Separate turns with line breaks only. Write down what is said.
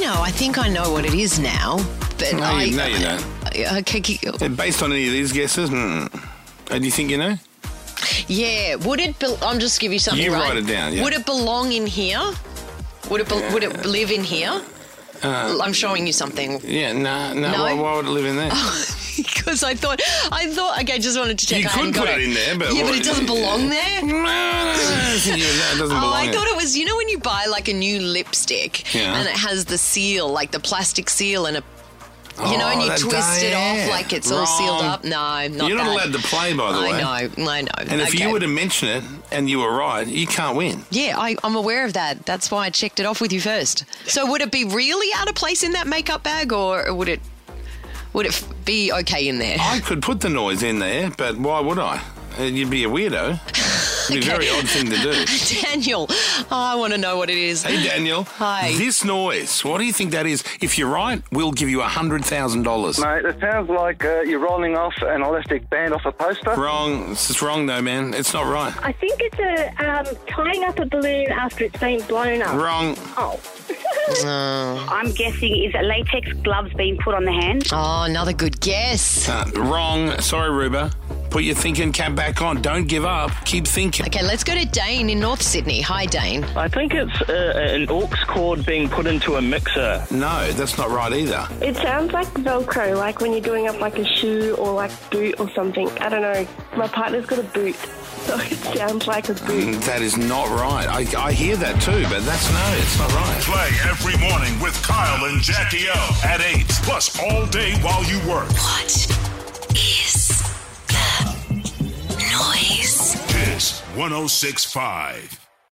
now. I think I know what it is now. But
No,
I,
you, no, you don't.
I- I could keep-
Uh, Based on any of these guesses, mm, uh, do you think you know?
yeah. Would it? Be, I'm just give you something.
You
right?
write it down, yeah.
Would it belong in here? Would it? Be, Would it live in here? I'm showing you something
Uh, Yeah, no, no.
No?
Why, why would it live in there?
because I thought I thought. Okay, just wanted to check.
You
I hadn't
could
got
put it in there, but
yeah, but
what-
it doesn't belong there.
No, no, no, no, it's in you. No, it doesn't
Oh,
belong.
I
there.
thought it was, you know, when you buy like a new lipstick
Yeah.
and it has the seal, like the plastic seal, and a, you know,
Oh,
and you
that
twist
day,
it off
yeah.
like it's all
Wrong.
sealed up. No, not
You're not
that.
allowed to play, by the way.
I know, I know.
And if you
Okay.
were to mention it and you were right, you can't win.
Yeah, I, I'm aware of that. That's why I checked it off with you first. So would it be really out of place in that makeup bag or would it would it f- be okay in there?
I could put the noise in there, but why would I? Uh, You'd be a weirdo. It'd be a very odd thing to do.
Daniel, I want to know what it is.
Hey, Daniel.
Hi.
This noise, what do you think that is? If you're right, we'll give you $100,000.
Mate, it sounds like uh, you're rolling off an elastic band off a poster.
Wrong. It's just wrong, though, man. It's not right.
I think it's a um, tying up a balloon after it's been blown up.
Wrong.
Oh.
I'm guessing is it latex gloves being put on the hand?
Oh, another good guess.
Uh, wrong. Sorry, Ruba. Put your thinking cap back on. Don't give up. Keep thinking.
Okay, let's go to Dane in North Sydney. Hi, Dane.
I think it's uh, an aux cord being put into a mixer.
No, that's not right either.
It sounds like Velcro, like when you're doing up like a shoe or like boot or something. I don't know. My partner's got a boot, so it sounds like a boot.
That is not right. I, I hear that too, but that's no, it's not right.
Play every morning with Kyle and Jackie O at 8. Plus all day while you work.
What is the noise?
oh Kiss 1065.